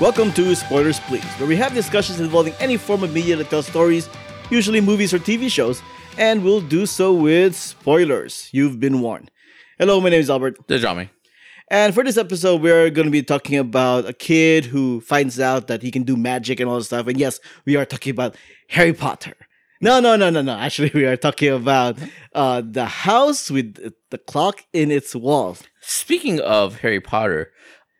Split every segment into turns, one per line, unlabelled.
Welcome to Spoilers Please, where we have discussions involving any form of media that tells stories, usually movies or TV shows, and we'll do so with spoilers. You've been warned. Hello, my name is Albert.
Dejami.
And for this episode, we're going to be talking about a kid who finds out that he can do magic and all this stuff. And yes, we are talking about Harry Potter. No, no, no, no, no. Actually, we are talking about uh, the house with the clock in its walls.
Speaking of Harry Potter,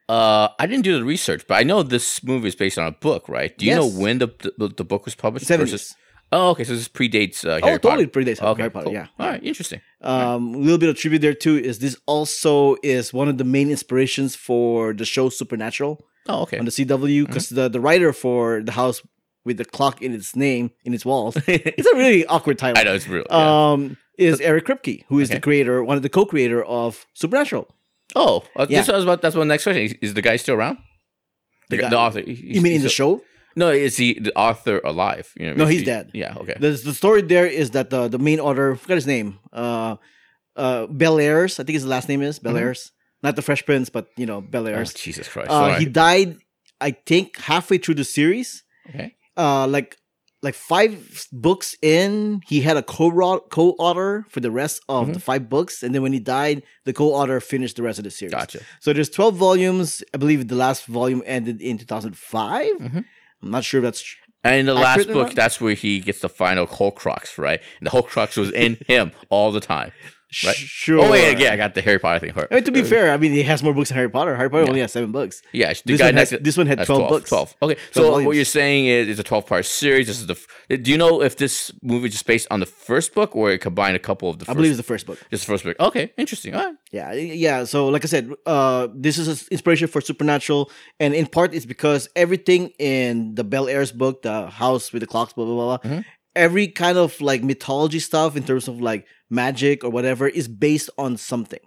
uh, I didn't do the research, but I know this movie is based on a book, right? Do you
Yes.
know when the, the the book was published?
70s.
Versus, oh, okay, so this predates uh, Harry
oh, totally
Potter.
predates Harry Potter.
cool.
Yeah.
All right, interesting.
Um, a little bit of tribute there too is this also is one of the main inspirations for the show Supernatural
Oh, okay.
on the CW because the, the writer for the house with the clock in its name in its walls it's a really awkward title.
I know it's real. yeah.
Um, is Eric Kripke who is the
Okay.
creator, one of the co-creator of Supernatural.
oh, uh,
yeah.
this was about that's my next question. Is, is the guy still around? The,
guy-
the author. You
You mean in the show?
No, is he the author alive? You know,
No,
is
he's
he-
dead.
Yeah. Okay.
The, the story there is that the the main author, I forgot his name, uh, uh, Belairs. I think his last name is
Mm-hmm.
Belairs, not the Fresh Prince, but you know
Oh,
Belairs.
Jesus Christ.
Uh,
All right.
He died, I think, halfway through the series.
okay.
Uh, like like five books in, he had a co co author for the rest of
Mm-hmm.
the five books, and then when he died, the co author finished the rest of the series.
Gotcha.
So there's twelve volumes. I believe the last volume ended in 2005.
Mhm.
I'm not sure if that's tr-
And in the
Accurate
last
or
book,
not?
that's where he gets the final Horcrux, right? And the Horcrux was in him all the time. Right.
sure. Oh,
Oh wait, yeah, I got the Harry Potter thing.
I mean, to be fair, I mean, he has more books than Harry Potter. Harry Potter only has seven books.
yeah, the
This
guy
one, has,
next to-
this one had
that's
12, books.
Twelve. Okay, so
12
what
volumes.
you're saying is it's a twelve-part series. This is the. f- Do you know if this movie is just based on the first book or it combined a couple of the? First,
I believe it's the first book.
just the first book. Okay, interesting. All right.
Yeah, y- yeah. So, like I said, uh, this is a inspiration for Supernatural, and in part it's because everything in the Bel Air's book, the house with the clocks, blah blah blah, blah
Mhm.
every kind of like mythology stuff in terms of like magic or whatever is based on something.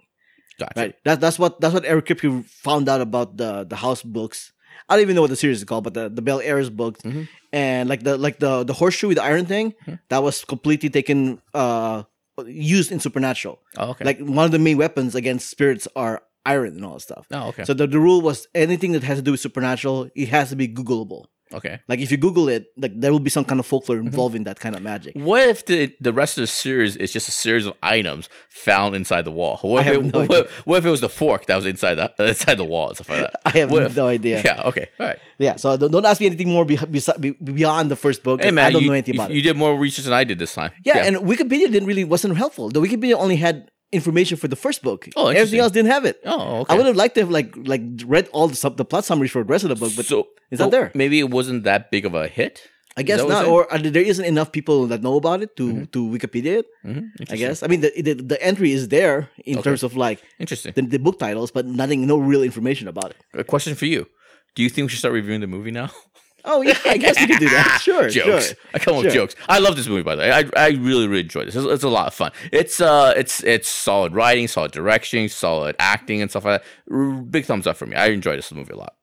Gotcha.
Right. That, that's what that's what Eric Kripke found out about the the house books. I don't even know what the series is called, but the, the Bel Air's books
Mhm.
and like the like the the horseshoe with the iron thing
Mhm.
that was completely taken uh used in Supernatural.
Oh, okay.
Like one of the main weapons against spirits are iron and all that stuff.
Oh, okay.
So the, the rule was anything that has to do with supernatural, it has to be Googleable.
okay.
Like if you Google it, like there will be some kind of folklore
Mm-hmm.
involving that kind of magic.
What if the the rest of the series is just a series of items found inside the wall? What if,
I have
it,
no
what, what if it was the fork that was inside the inside the wall? and Stuff like that.
I have
What if-
no idea.
Yeah. Okay. All right.
Yeah, so don't, don't ask me anything more be, besi- be, beyond the first book.
Hey
'cause
man,
I don't
you,
know anything
you-
about
you
it.
did more research than I did this time.
Yeah, and Wikipedia didn't really wasn't helpful. The Wikipedia only had information for the first book.
Oh, interesting.
everything else didn't have it.
oh, okay.
I would have liked to have like like read all the sub, the plot summaries for the rest of the book, but
so
it's not there.
Maybe it wasn't that big of a hit.
I
that
guess
what you're
not.
saying?
Or uh, there isn't enough people that know about it to to Wikipedia it.
Mm-hmm.
I guess. I mean, the the, the entry is there in
Okay.
terms of like
Interesting.
the, the book titles, but nothing, no real information about it.
A question for you: Do you think we should start reviewing the movie now?
Oh yeah, I guess you could do that. Sure,
jokes.
sure.
I come up with
Sure.
jokes. I love this movie by the way. I, I really really enjoy this. It's, it's a lot of fun. It's uh it's it's solid writing, solid direction, solid acting and stuff like that. R- big thumbs up for me. I enjoy this movie a lot.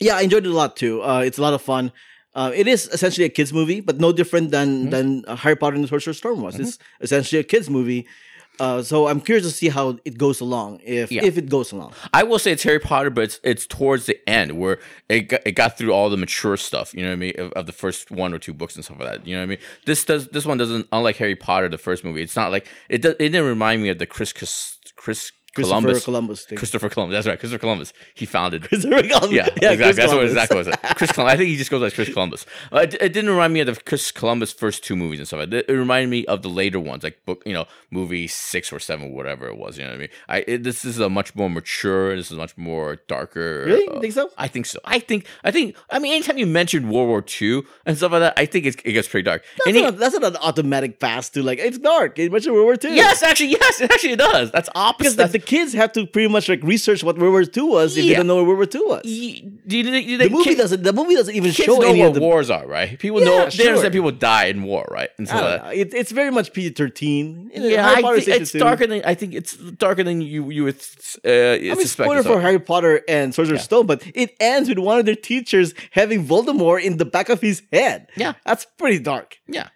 Yeah, I enjoyed it a lot too. Uh, it's a lot of fun. Uh, it is essentially a kids movie, but no different than
Mm-hmm.
than uh, Harry Potter and the Sorcerer's Stone was. It's essentially a kids movie. Uh, so I'm curious to see how it goes along. If
Yeah.
if it goes along,
I will say it's Harry Potter, but it's it's towards the end where it got, it got through all the mature stuff. You know what I mean of, of the first one or two books and stuff like that. You know what I mean. This does this one doesn't unlike Harry Potter the first movie. It's not like it. Does, it didn't remind me of the Chris Chris Chris
Christopher Columbus,
Columbus.
Columbus thing.
Christopher Columbus. That's right. Christopher Columbus. He founded.
Christopher Columbus.
Yeah, exactly.
Chris
That's
Columbus.
what exactly was it. Chris Columbus. I think he just goes like Chris Columbus. Uh, it, it didn't remind me of the Chris Columbus first two movies and stuff. like that. It reminded me of the later ones, like book, you know, movie six or seven, whatever it was. You know what I mean? I it, this is a much more mature. This is much more darker.
Really? You
uh,
think so?
I think so. I think. I think. I mean, anytime you mentioned World War II and stuff like that, I think it, it gets pretty dark.
That's,
Any-
not, that's not an automatic pass to like it's dark. It mentioned World War II.
yes, actually, yes, it actually does. That's
because
opposite.
the, the kids have to pretty much like research what World War II was if they
Yeah.
don't know what World War II was.
Y- do you- do you-
The
they-
movie
kid-
doesn't. The movie doesn't even
Kids
show
know
any
what
of the.
wars are, right? People
Yeah,
know. They
sure.
understand people die in war, right? And
I
stuff like
don't
that.
know. It, it's very much PG thirteen.
Yeah, I think it's darker than I think it's darker than you you would uh,
I mean,
suspect.
spoiler
it's all-
for Harry Potter and Sorcerer's Stone, but it ends with one of their teachers having Voldemort in the back of his head.
Yeah.
that's pretty dark.
yeah,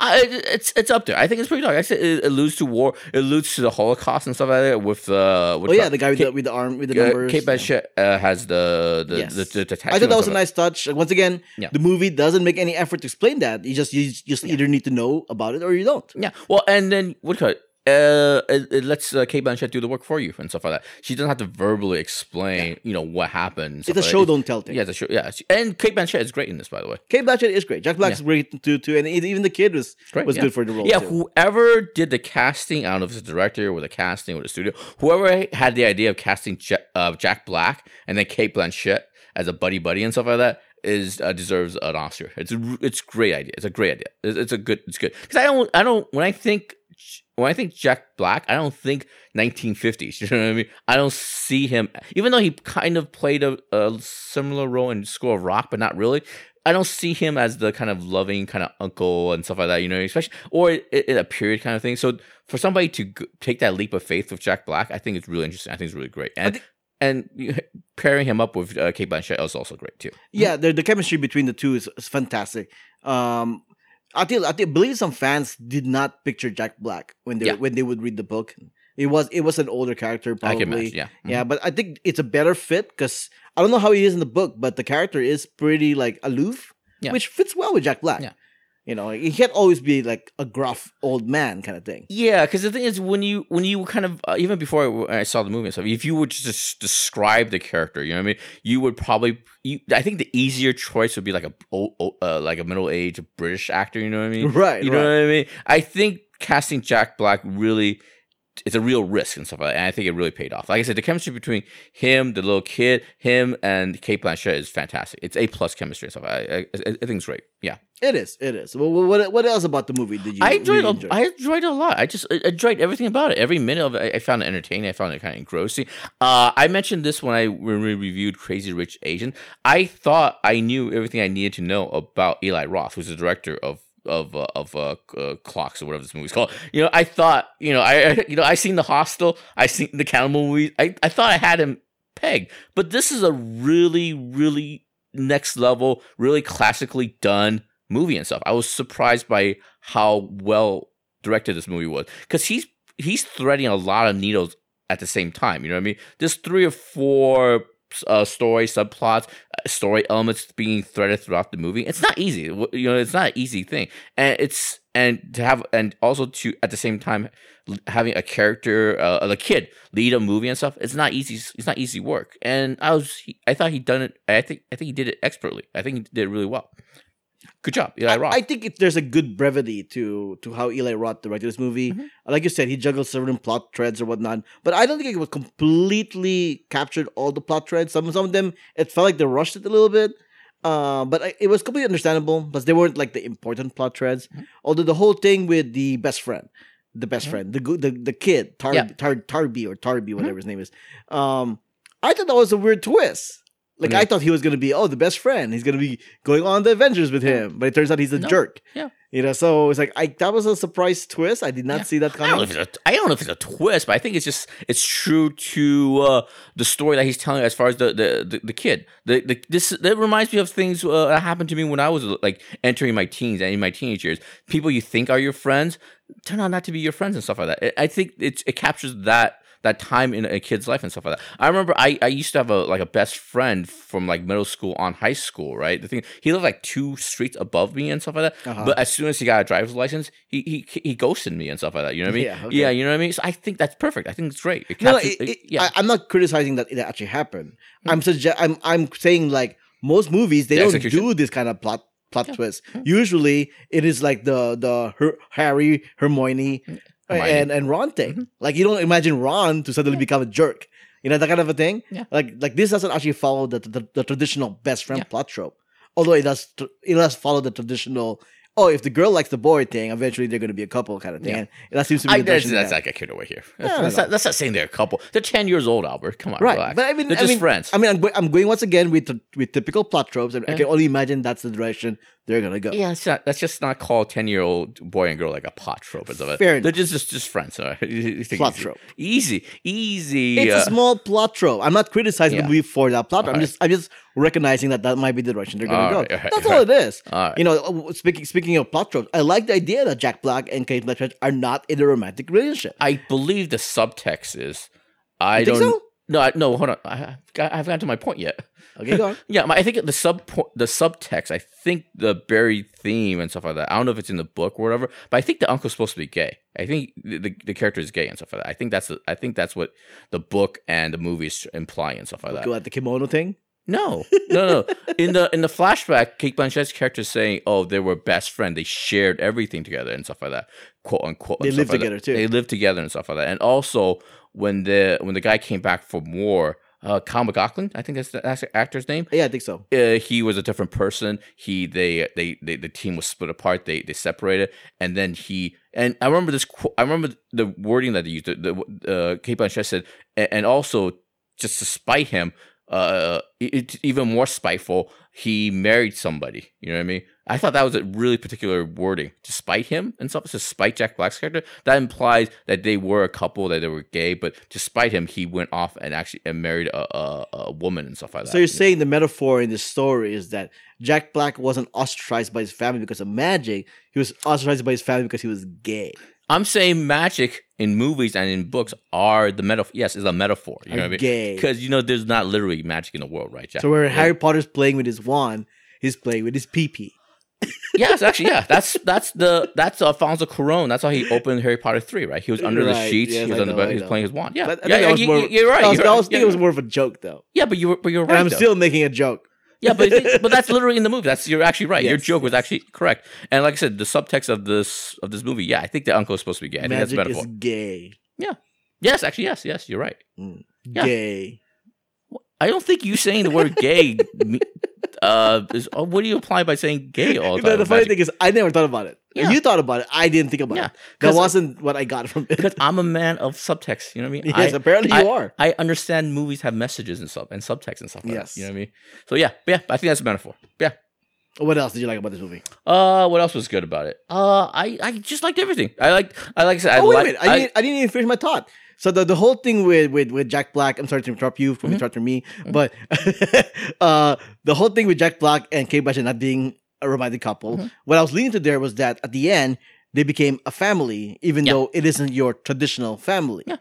I, it's it's up there. I think it's pretty dark. I said it alludes to war, it alludes to the Holocaust and stuff like that. With uh, with
Oh yeah,
Trump.
the guy with
Kate,
the, with the arm with the
uh,
numbers.
Kate Blanchett uh, has the the,
Yes.
the, the, the tattoo
I thought
and
that was
stuff
a
like
nice touch. Once again,
Yeah.
the movie doesn't make any effort to explain that. You just you just either need to know about it or you don't.
Yeah. Well, and then woodcut. Uh, it, it lets uh, Kate Blanchett do the work for you and stuff like that. She doesn't have to verbally explain, you know, what happened. and stuff
It's a
like
show
that.
don't tell thing.
Yeah, it's a show. Yeah, she- and Kate Blanchett is great in this, by the way.
Kate Blanchett is great. Jack Black is great too, too, and e-, even the kid was
Great,
was
yeah.
good for the role.
yeah,
too.
whoever did the casting, I don't know if it's the director or the casting or the studio, whoever had the idea of casting Ja- uh, Jack Black and then Kate Blanchett as a buddy buddy and stuff like that is uh, deserves an Oscar. It's a, r- it's great idea. It's a great idea. It's, it's a good. It's good because I don't I don't when I think. When I think Jack Black, I don't think 1950s. You know what I mean? I don't see him, even though he kind of played a, a similar role in School of Rock, but not really. I don't see him as the kind of loving kind of uncle and stuff like that, you know, especially or i- in a period kind of thing. So for somebody to g- take that leap of faith with Jack Black, I think it's really interesting. I think it's really great, and
thi-
and you- pairing him up with uh, Kate Blanchett is also great too.
Yeah, the, the chemistry between the two is, is fantastic. Um, I think I think, believe some fans did not picture Jack Black when they
Yeah.
when they would read the book. It was it was an older character
I can
probably.
imagine, yeah, Mm-hmm.
Yeah, but I think it's a better fit because I don't know how he is in the book, but the character is pretty like aloof,
Yeah.
which fits well with Jack Black.
Yeah.
You know, he can't always be like a gruff old man kind of thing.
Yeah, because the thing is, when you when you kind of uh, even before I, w- I saw the movie and stuff, if you would just describe the character, you know what I mean, you would probably. You, I think the easier choice would be like a o- o- uh, like a middle aged British actor. You know what I mean?
Right.
You
right.
know what I mean? I think casting Jack Black really it's a real risk and stuff like that. And I think it really paid off. Like I said, the chemistry between him, the little kid, him and Kate Blanchett is fantastic. It's A plus chemistry and stuff. I, I, I I think it's great. Yeah.
It is. It is. Well, what what else about the movie did you?
I enjoyed
really
it. I enjoyed it a lot. I just I enjoyed everything about it. Every minute of it, I- I found it entertaining. I found it kind of engrossing. Uh, I mentioned this when I when we reviewed Crazy Rich Asian. I thought I knew everything I needed to know about Eli Roth, who's the director of. Of uh, of uh, c- uh, clocks or whatever this movie's called, you know, I thought, you know, I, I you know, I seen the Hostel, I seen the Cannibal movie, I, I thought I had him pegged, but this is a really, really next level, really classically done movie and stuff. I was surprised by how well directed this movie was because he's he's threading a lot of needles at the same time. You know what I mean? There's three or four uh, story subplots, uh, story elements being threaded throughout the movie. It's not easy. W- You know, it's not an easy thing, and it's and to have and also to at the same time l- having a character uh, a kid lead a movie and stuff it's not easy it's not easy work and i was i thought he done it i think i think he did it expertly i think he did it really well good job yeah
I, I think it, there's a good brevity to to how Eli Roth directed this movie.
Mhm.
Like you said, he juggles certain plot threads or whatnot, but I don't think it was completely captured all the plot threads. Some some of them it felt like they rushed it a little bit, uh, but I, it was completely understandable because they weren't like the important plot threads.
Mhm.
Although the whole thing with the best friend, the best
Mhm.
friend, the good, the the kid Tar,
Yeah. Mm-hmm.
Tar Tarby or Tarby whatever his name is, um, I thought that was a weird twist. Like
Yeah.
I thought he was gonna be oh the best friend. He's gonna be going on the adventures with him, but it turns out he's a
No.
jerk.
Yeah.
you know. So it's like I that was a surprise twist. I did not
Yeah.
see that
I don't know
coming.
if it's a, I don't know if it's a twist, but I think it's just it's true to uh, the story that he's telling as far as the the, the, the kid. The, the this that reminds me of things uh, that happened to me when I was like entering my teens and in my teenage years. People you think are your friends turn out not to be your friends and stuff like that. I I think it it captures that that time in a kid's life and stuff like that. I remember I, I used to have a like a best friend from like middle school on high school, right? The thing he lived like two streets above me and stuff like that.
Uh-huh.
But as soon as he got a driver's license, he he he ghosted me and stuff like that. You know what I mean?
Yeah,
Yeah,
okay.
you know what I mean. So I think that's perfect. I think it's great. It
No, no,
captures,
it-
it-
it-
yeah.
I, am not criticizing that it actually happened.
Mhm.
I'm suggest I'm I'm saying like most movies they
The
don't
execution.
do this kind of plot plot
Yeah.
twist.
Mhm.
Usually it is like the the Her- Harry Hermione,
Mhm.
uh,
Hermione.
and and Ron thing.
Mhm.
Like you don't imagine Ron to suddenly become a jerk. You know that kind of a thing.
Yeah.
Like like this doesn't actually follow the the, the traditional best friend
Yeah.
plot trope. Although it does tr- it does follow the traditional. Oh, if the girl likes the boy thing, eventually they're going to be a couple kind of thing.
Yeah.
And that seems to be
I,
the
that's,
direction
that's
now.
like a kid over here.
No,
That's,
no,
that's
no.
Not, that's not saying they're a couple. They're ten years old, Albert. Come on,
right.
relax.
But I mean,
they're
I
just
mean-
friends.
I mean, I'm, go- I'm going once again with the, with typical plot tropes, and I
Yeah.
can only imagine that's the direction they're gonna go.
yeah, it's not, let's just not call ten year old boy and girl like a pot trope and stuff. like that.
Fair enough.
They're just just, just friends. All right? Take it
Plot
easy.
trope.
Easy, easy.
It's
uh,
a small plot trope. I'm not criticizing
Yeah.
the movie for that plot. trope. I'm
Alright.
just I'm just recognizing that that might be the direction they're going to
All
go.
right, all right,
That's
all
all it is.
All right.
You know, uh, speaking speaking of plot tropes, I like the idea that Jack Black and Kate Blanchett are not in a romantic relationship.
I believe the subtext is I
You think
don't
so?
no I, no hold on I, I haven't gotten to my point yet.
Okay, go on.
Yeah, my- I think the sub the subtext. I think the buried theme and stuff like that. I don't know if it's in the book or whatever, but I think the uncle's supposed to be gay. I think the, the, the character is gay and stuff like that. I think that's the, I think that's what the book and the movie is implying and stuff like that.
Go at the kimono thing.
No, no, no. In the in the flashback, Kate Blanchett's character is saying, "Oh, they were best friend. They shared everything together and stuff like that." Quote unquote. and
They
stuff
live
like
together,
that.
too.
They lived together and stuff like that. And also, when the when the guy came back from war, uh, Kyle McLaughlin, I think that's the, that's the actor's name
Yeah, I think so.
uh, he was a different person. He they, they they the team was split apart. They they separated, and then he and I remember this. qu- I remember the wording that they used. The, the uh, Kate Blanchett said, and, and also just to spite him, uh, it, it- even more spiteful. He married somebody. You know what I mean? I thought that was a really particular wording to spite him and stuff. To spite Jack Black's character, that implies that they were a couple, that they were gay. But to spite him, he went off and actually and married a, a, a woman and stuff like that.
So you're saying the metaphor in this story is that Jack Black wasn't ostracized by his family because of magic. He was ostracized by his family because he was gay.
I'm saying magic in movies and in books are the metaphor. Yes, is a metaphor. You know
Are
what I mean?
gay.
Because you know, there's not literally magic in the world, right, Jack?
So where Harry Potter's playing with his wand, he's playing with his pee pee.
yes, actually, yeah. That's that's the that's Alfonso Cuarón. That's how he opened Harry Potter three, right? He was under the
Right,
sheets.
yes,
he was
I
under
know,
the
I
bed. He was
know.
playing his wand. Yeah,
But I
yeah,
think
yeah
that was
you,
more-
you- you're right.
I was,
you're
I
right.
was thinking
yeah,
it was more of a joke though.
yeah, but you were but you're
And
right.
I'm
though.
still making a joke.
Yeah, but but that's literally in the movie. That's you're actually right. Your
Yes,
joke was actually correct. And like I said, the subtext of this of this movie, yeah, I think the uncle is supposed to be gay. I think that's
magic
metaphor.
is gay.
Yes, actually, yes, yes, you're right. Yeah.
Gay.
I don't think you saying the word gay. me- uh, is, uh, what do you imply by saying gay all the
No,
time?
the funny thing is, I never thought about it.
Yeah.
You thought about it. I didn't think about
Yeah,
it. That
'cause-
wasn't what I got from it.
because I'm a man of subtext. You know what I mean?
yes, apparently you are.
I, I understand movies have messages and stuff and subtext and stuff. Like
Yes.
that, you know what I mean. So yeah, yeah, I think that's a metaphor. Yeah.
What else did you like about this movie?
Uh, what else was good about it? Uh, I I just liked everything. I liked I like I said. I
oh wait a
like-
minute! I, didn't, I didn't even finish my thought. So the, the whole thing with, with with Jack Black. I'm sorry to interrupt you from
Mhm.
interrupting me, but uh, the whole thing with Jack Black and Kate Blanchett not being a romantic couple.
Mhm.
What I was leaning to there was that at the end they became a family, even
Yeah.
though it isn't your traditional family.
Yeah.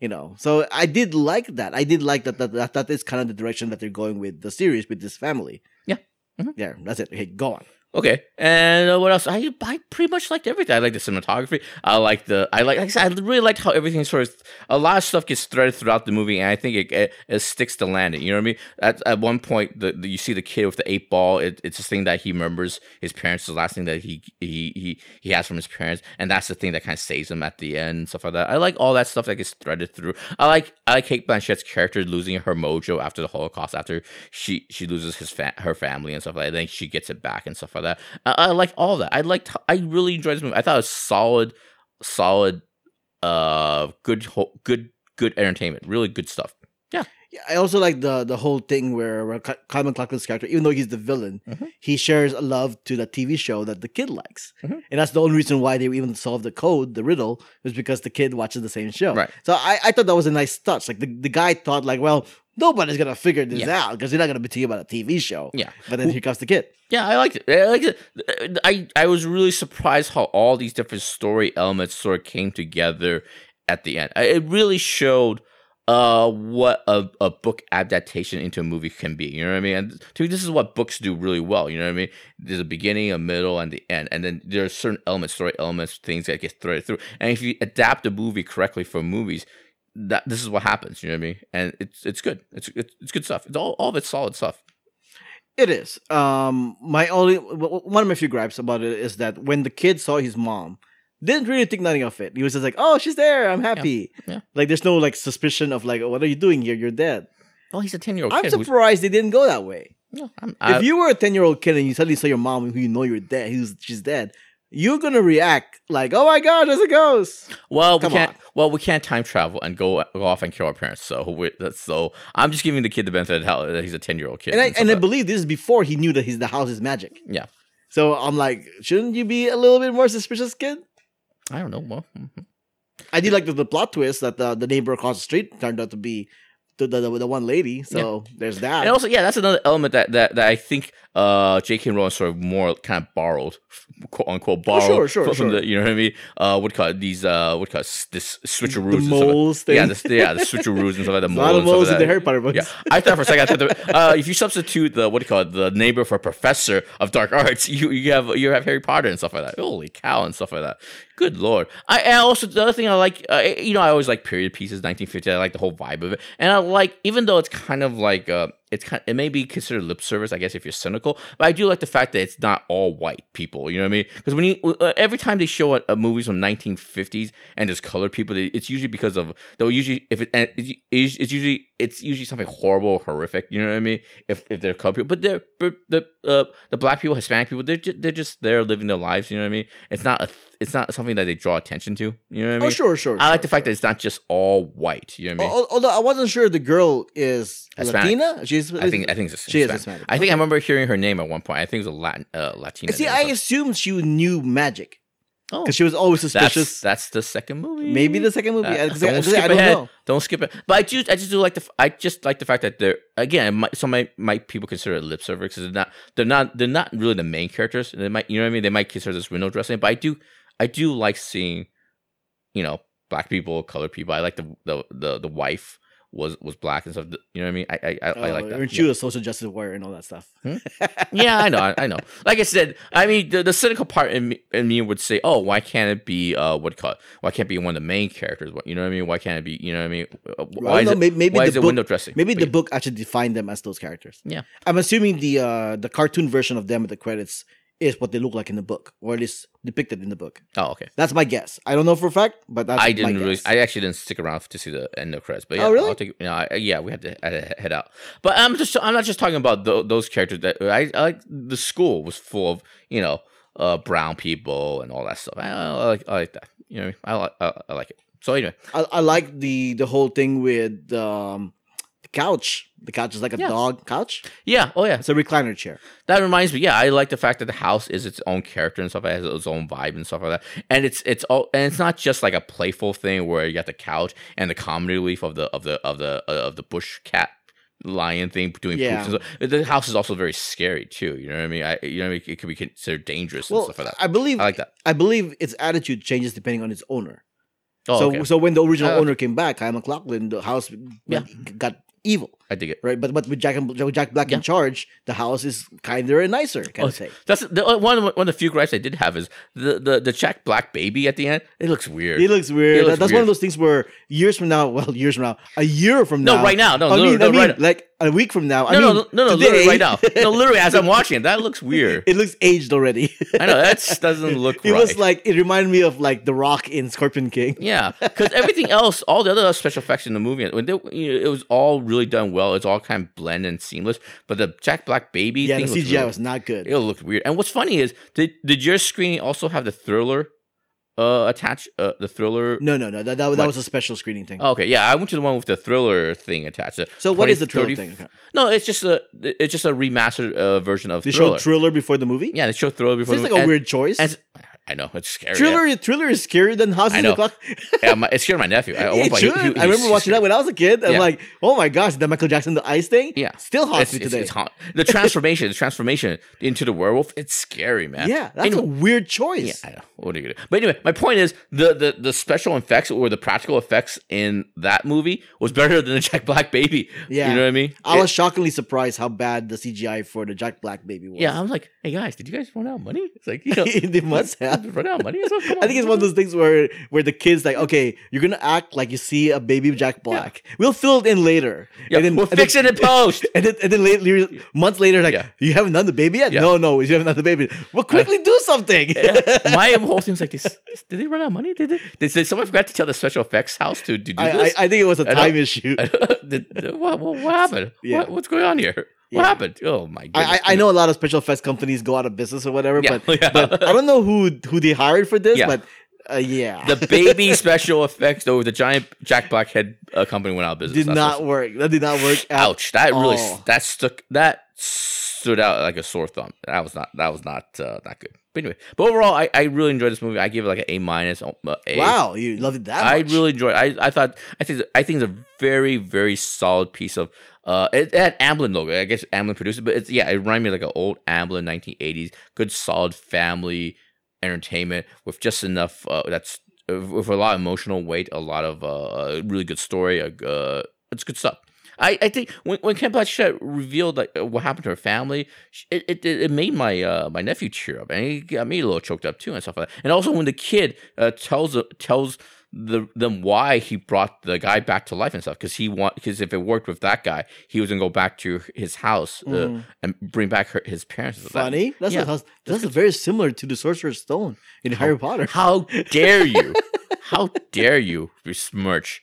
You know, so I did like that. I did like that. That that, that is kind of the direction that they're going with the series with this family.
Yeah. Mhm.
Yeah, that's it. Hey, go on.
Okay, and uh, what else? I I pretty much liked everything. I like the cinematography. I like the I like, like I, said, I really liked how everything sort of a lot of stuff gets threaded throughout the movie, and I think it it, it sticks to landing. You know what I mean? At at one point, the, the you see the kid with the eight ball. It, it's this thing that he remembers his parents. The last thing that he he he he has from his parents, and that's the thing that kind of saves him at the end and stuff like that. I like all that stuff that gets threaded through. I like I like Kate Blanchett's character losing her mojo after the Holocaust, after she she loses his fa- her family and stuff like that. Then she gets it back and stuff like that. I, I liked all that. I liked. I really enjoyed this movie. I thought it was solid, solid, uh, good, ho- good, good entertainment. Really good stuff.
Yeah, I also like the the whole thing where, where Ky- Kyle MacLachlan's character, even though he's the villain,
Mhm.
he shares a love to the TV show that the kid likes,
Mhm.
and that's the only reason why they even solved the code, the riddle, was because the kid watches the same show.
Right.
So I, I thought that was a nice touch. Like the, the guy thought, like, well, nobody's gonna figure this
Yeah.
out because you're not gonna be talking about a TV show.
Yeah.
But then here comes the kid.
Yeah, I liked it. I liked it. I I was really surprised how all these different story elements sort of came together at the end. I- It really showed uh what a, a book adaptation into a movie can be. You know what I mean? And to me, this is what books do really well. You know what I mean? There's a beginning, a middle, and the end, and then there are certain elements, story elements, things that get threaded through. And if you adapt a movie correctly for movies. That this is what happens, you know what I mean, and it's it's good, it's it's, it's good stuff. It's all all of it's solid stuff.
It is. Um, my only w- w- one of my few gripes about it is that when the kid saw his mom, didn't really think nothing of it. He was just like, "Oh, she's there. I'm happy."
yeah.
Like, there's no like suspicion of like, "What are you doing here? You're dead."
Well, he's a ten year old
I'm
kid. who's-
surprised they didn't go that way.
no, I'm- I-
if you were a ten year old kid and you suddenly saw your mom, who you know you're dead, who's she's dead, you're gonna react like, "Oh my god, there's a ghost."
Well,
Come
we can't.
on.
Well, we can't time travel and go, go off and kill our parents. So, we that's so. I'm just giving the kid the benefit of the doubt that he's a ten year old kid.
And I
stuff
and I
like that.
believe this is before he knew that his the house is magic.
Yeah.
So I'm like, shouldn't you be a little bit more suspicious, kid?
I don't know. Well, mhm.
I did like the, the plot twist that the, the neighbor across the street turned out to be the the, the, the one lady. So there's that.
And also, yeah, that's another element that that, that I think uh, J.K. Rowling sort of more kind of borrowed, quote unquote, borrowed
Oh, sure, sure,
from from
sure.
the you know what I mean. Uh, what call it, these uh, what call it, s- this switcheroos, and stuff like-
moles thing.
yeah, this, yeah, the switcheroos and stuff like that.
a lot of
and stuff
moles in
like
the
that.
Harry Potter books.
Yeah, I thought for a second. I thought the, uh, if you substitute the what do you call it, the neighbor for professor of dark arts, you you have you have Harry Potter and stuff like that. Holy cow and stuff like that. Good lord. I and also the other thing I like, uh, you know, I always like period pieces, 1950. I like the whole vibe of it, and I like even though it's kind of like. Uh, it's kind it may be considered lip service, I guess, if you're cynical. But I do like the fact that it's not all white people. You know what I mean? Because when you uh, every time they show a, a movies from 1950s and there's colored people, they, it's usually because of they'll usually if it and it's, it's usually it's usually something horrible, horrific. You know what I mean? If if they're colored people, but they're but the uh, the black people, Hispanic people, they're just, they're just there living their lives. You know what I mean? It's not a th- it's not something that they draw attention to. You know what I mean?
Oh sure, sure.
I like
sure,
the fact
sure.
that
Oh,
it's not just all white. You know what I mean?
Al- al- Although I wasn't sure the girl is
Hispanic.
Latina. She's
I think I think it's
She is
Hispanic.
Hispanic.
I think I remember hearing her name at one point. I think it was a Latin, uh, Latina.
See,
name or
I
something.
assumed she knew magic
oh,
because she was always
that's,
suspicious.
that's the second movie.
Maybe the second movie.
Uh,
I, 'cause I-
don't
'cause I-
skip
I don't
ahead.
know.
Don't skip it. But I just I just do like the f- I just like the fact that they're again my, some might, might people consider it lip service because they're not they're not they're not really the main characters. They might you know what I mean. They might consider this window dressing. But I do I do like seeing you know black people, colored people. I like the the the, the wife was was black and stuff. You know what I mean. I I, I, I
Oh,
like that.
and
Yeah.
she was a social justice warrior and all that stuff.
yeah, I know, I- I know. Like I said, I mean, the, the cynical part in me, in me would say, "Oh, why can't it be uh, what call Why can't it be one of the main characters? What you know what I mean? Why can't it be you know what I mean? Uh,
Well, I
Why
don't
is
know,
it,
may- maybe
why
the
is it
book-
window dressing?
Maybe
But
the
yeah.
book actually defined them as those characters.
Yeah.
I'm assuming the uh the cartoon version of them at the credits is what they look like in the book, or at least depicted in the book.
Oh, okay.
That's my guess. I don't know for a fact, but that's
I
my
didn't really.
guess.
I actually didn't stick around to see the end of credits. But
Oh,
yeah,
really?
I'll take, you know, I, yeah, we had to I had to head out. But I'm just. I'm not just talking about tho- those characters. That I, I like. The school was full of you know uh, brown people and all that stuff. I, I like. I like that. You know, what I mean? I like. I, I like it. So anyway,
I, I like the the whole thing with um the couch. The couch is like a
Yeah.
dog couch.
yeah. Oh yeah.
It's a recliner chair.
That reminds me, yeah, I like the fact that the house is its own character and stuff. It has its own vibe and stuff like that. And it's it's all and it's not just like a playful thing where you got the couch and the comedy relief of the of the of the uh, of the bush cat lion thing doing
Yeah.
poops and stuff. The house is also very scary too. You know what I mean? I you know what I mean? it could be considered dangerous
Well,
and stuff like that.
I believe
I like that.
I believe its attitude changes depending on its owner.
Oh,
so
okay.
so when the original
Uh,
owner came back, Kyle McLaughlin, the house
Yeah.
got evil,
I dig it.
right? But but with Jack and with Jack Black
Yeah.
in charge, the house is kinder and nicer, kind
Oh,
of thing.
That's the one one of the few gripes I did have is the the the Jack Black baby at the end. It looks weird.
It looks weird.
It looks
That- That's one of
weird.
those things where years from now, well, years from now, a year from
no,
now,
right now. No,
I
literally,
mean, I
no,
mean,
right
like a week from now. I
no,
mean,
no, no, no,
today,
literally right now. No, literally as I'm watching it, that looks weird.
it looks aged already.
I know that doesn't look
It
right.
was like it reminded me of like The Rock in Scorpion King.
yeah, because everything else, all the other special effects in the movie, when they, you know, it was all really done well. It's all kind of blend and seamless. But the Jack Black baby,
Yeah, the
thing
CGI
looked really-
was not good.
it looked weird. And what's funny is did did your screen also have the thriller uh attached? Uh, the thriller.
No, no, no. That that, that
What? Oh,
was a special screening thing.
Okay, yeah, I went to the one with the thriller thing attached.
so what is the
20,
thriller
30
thing?
No, it's just a it's just a remastered uh, version of
They
thriller.
showed thriller before the movie.
yeah, they showed thriller before.
seems
the
like
movie.
a
And-
weird choice.
and- I know it's scary.
thriller, thriller is scarier than House
I
of the
know.
Clock.
yeah, my, it scared my nephew. At one
It
point, he-
should.
he- he
I remember
was
watching that when I was a kid. I'm
Yeah.
like, oh my gosh, that Michael Jackson the ice thing.
Yeah.
still haunts
It's,
me
it's,
today.
it's haunt- the transformation, the transformation into the werewolf, it's scary, man.
yeah, that's
Anyway-
a weird
yeah,
choice.
I know. What are you gonna do? But anyway, my point is the, the the special effects or the practical effects in that movie was better than the Jack Black baby.
Yeah.
you know what I mean.
I
It-
was shockingly surprised how bad the CGI for the Jack Black baby was.
yeah, I'm like, hey guys, did you guys run out of money? It's like, you know,
they must have.
run out of money. or something? Come
I think it's one of
on.
those things where where the kids like, okay, you're gonna act like you see a baby Jack Black. We'll fill it in later.
Yeah,
and then,
we'll
and
fix
then,
it in post.
And then, and then later, months later, like
Yeah.
you haven't done the baby yet.
Yeah.
No, no, you haven't done the baby. We'll quickly do something.
Yeah. My whole thing was like, this, this- did they run out of money? Did they? Did, did someone forgot to tell the special effects house to, to do
I, I,
this?
I think it was a
I don't-
time issue. I,
Did- what, what, what happened?
Yeah.
What, what's going on here? What
Yeah.
happened? Oh my goodness.
I, I know a lot of special effects companies go out of business or whatever,
Yeah,
but
yeah.
but I don't know who who they hired for this,
Yeah.
but uh, yeah,
the baby special effects though the giant Jack Black head uh, company went out of
did
business. That's
not
awesome.
work. That did not work. at
Ouch! That really
all.
that stuck. That s- stood out like a sore thumb. That was not that was not uh, not good. But anyway, but overall, I, I really enjoyed this movie. I give it like an A minus. uh, A.
Wow, you loved it that
I
much.
really enjoyed. It. I I thought I think I think it's a very very solid piece of. Uh, it, it had Amblin logo. I guess Amblin produced it, but it's yeah, it reminded me of like an old Amblin 1980s. Good solid family entertainment with just enough. Uh, that's with a lot of emotional weight, a lot of uh, really good story. Uh, it's good stuff. I, I think when when Ken Blanchett revealed like uh, what happened to her family, sh- it it, it made my uh, my nephew cheer up, and he got me a little choked up too and stuff like that. And also when the kid uh, tells tells the them why he brought the guy back to life and stuff, because he want because if it worked with that guy, he was gonna go back to his house uh,
Mm.
and bring back her, his parents. and stuff like that.
Funny. That's
Yeah. Oh.
what, that's, that's very similar to the Sorcerer's Stone in Harry Potter.
How dare you? How dare you besmirch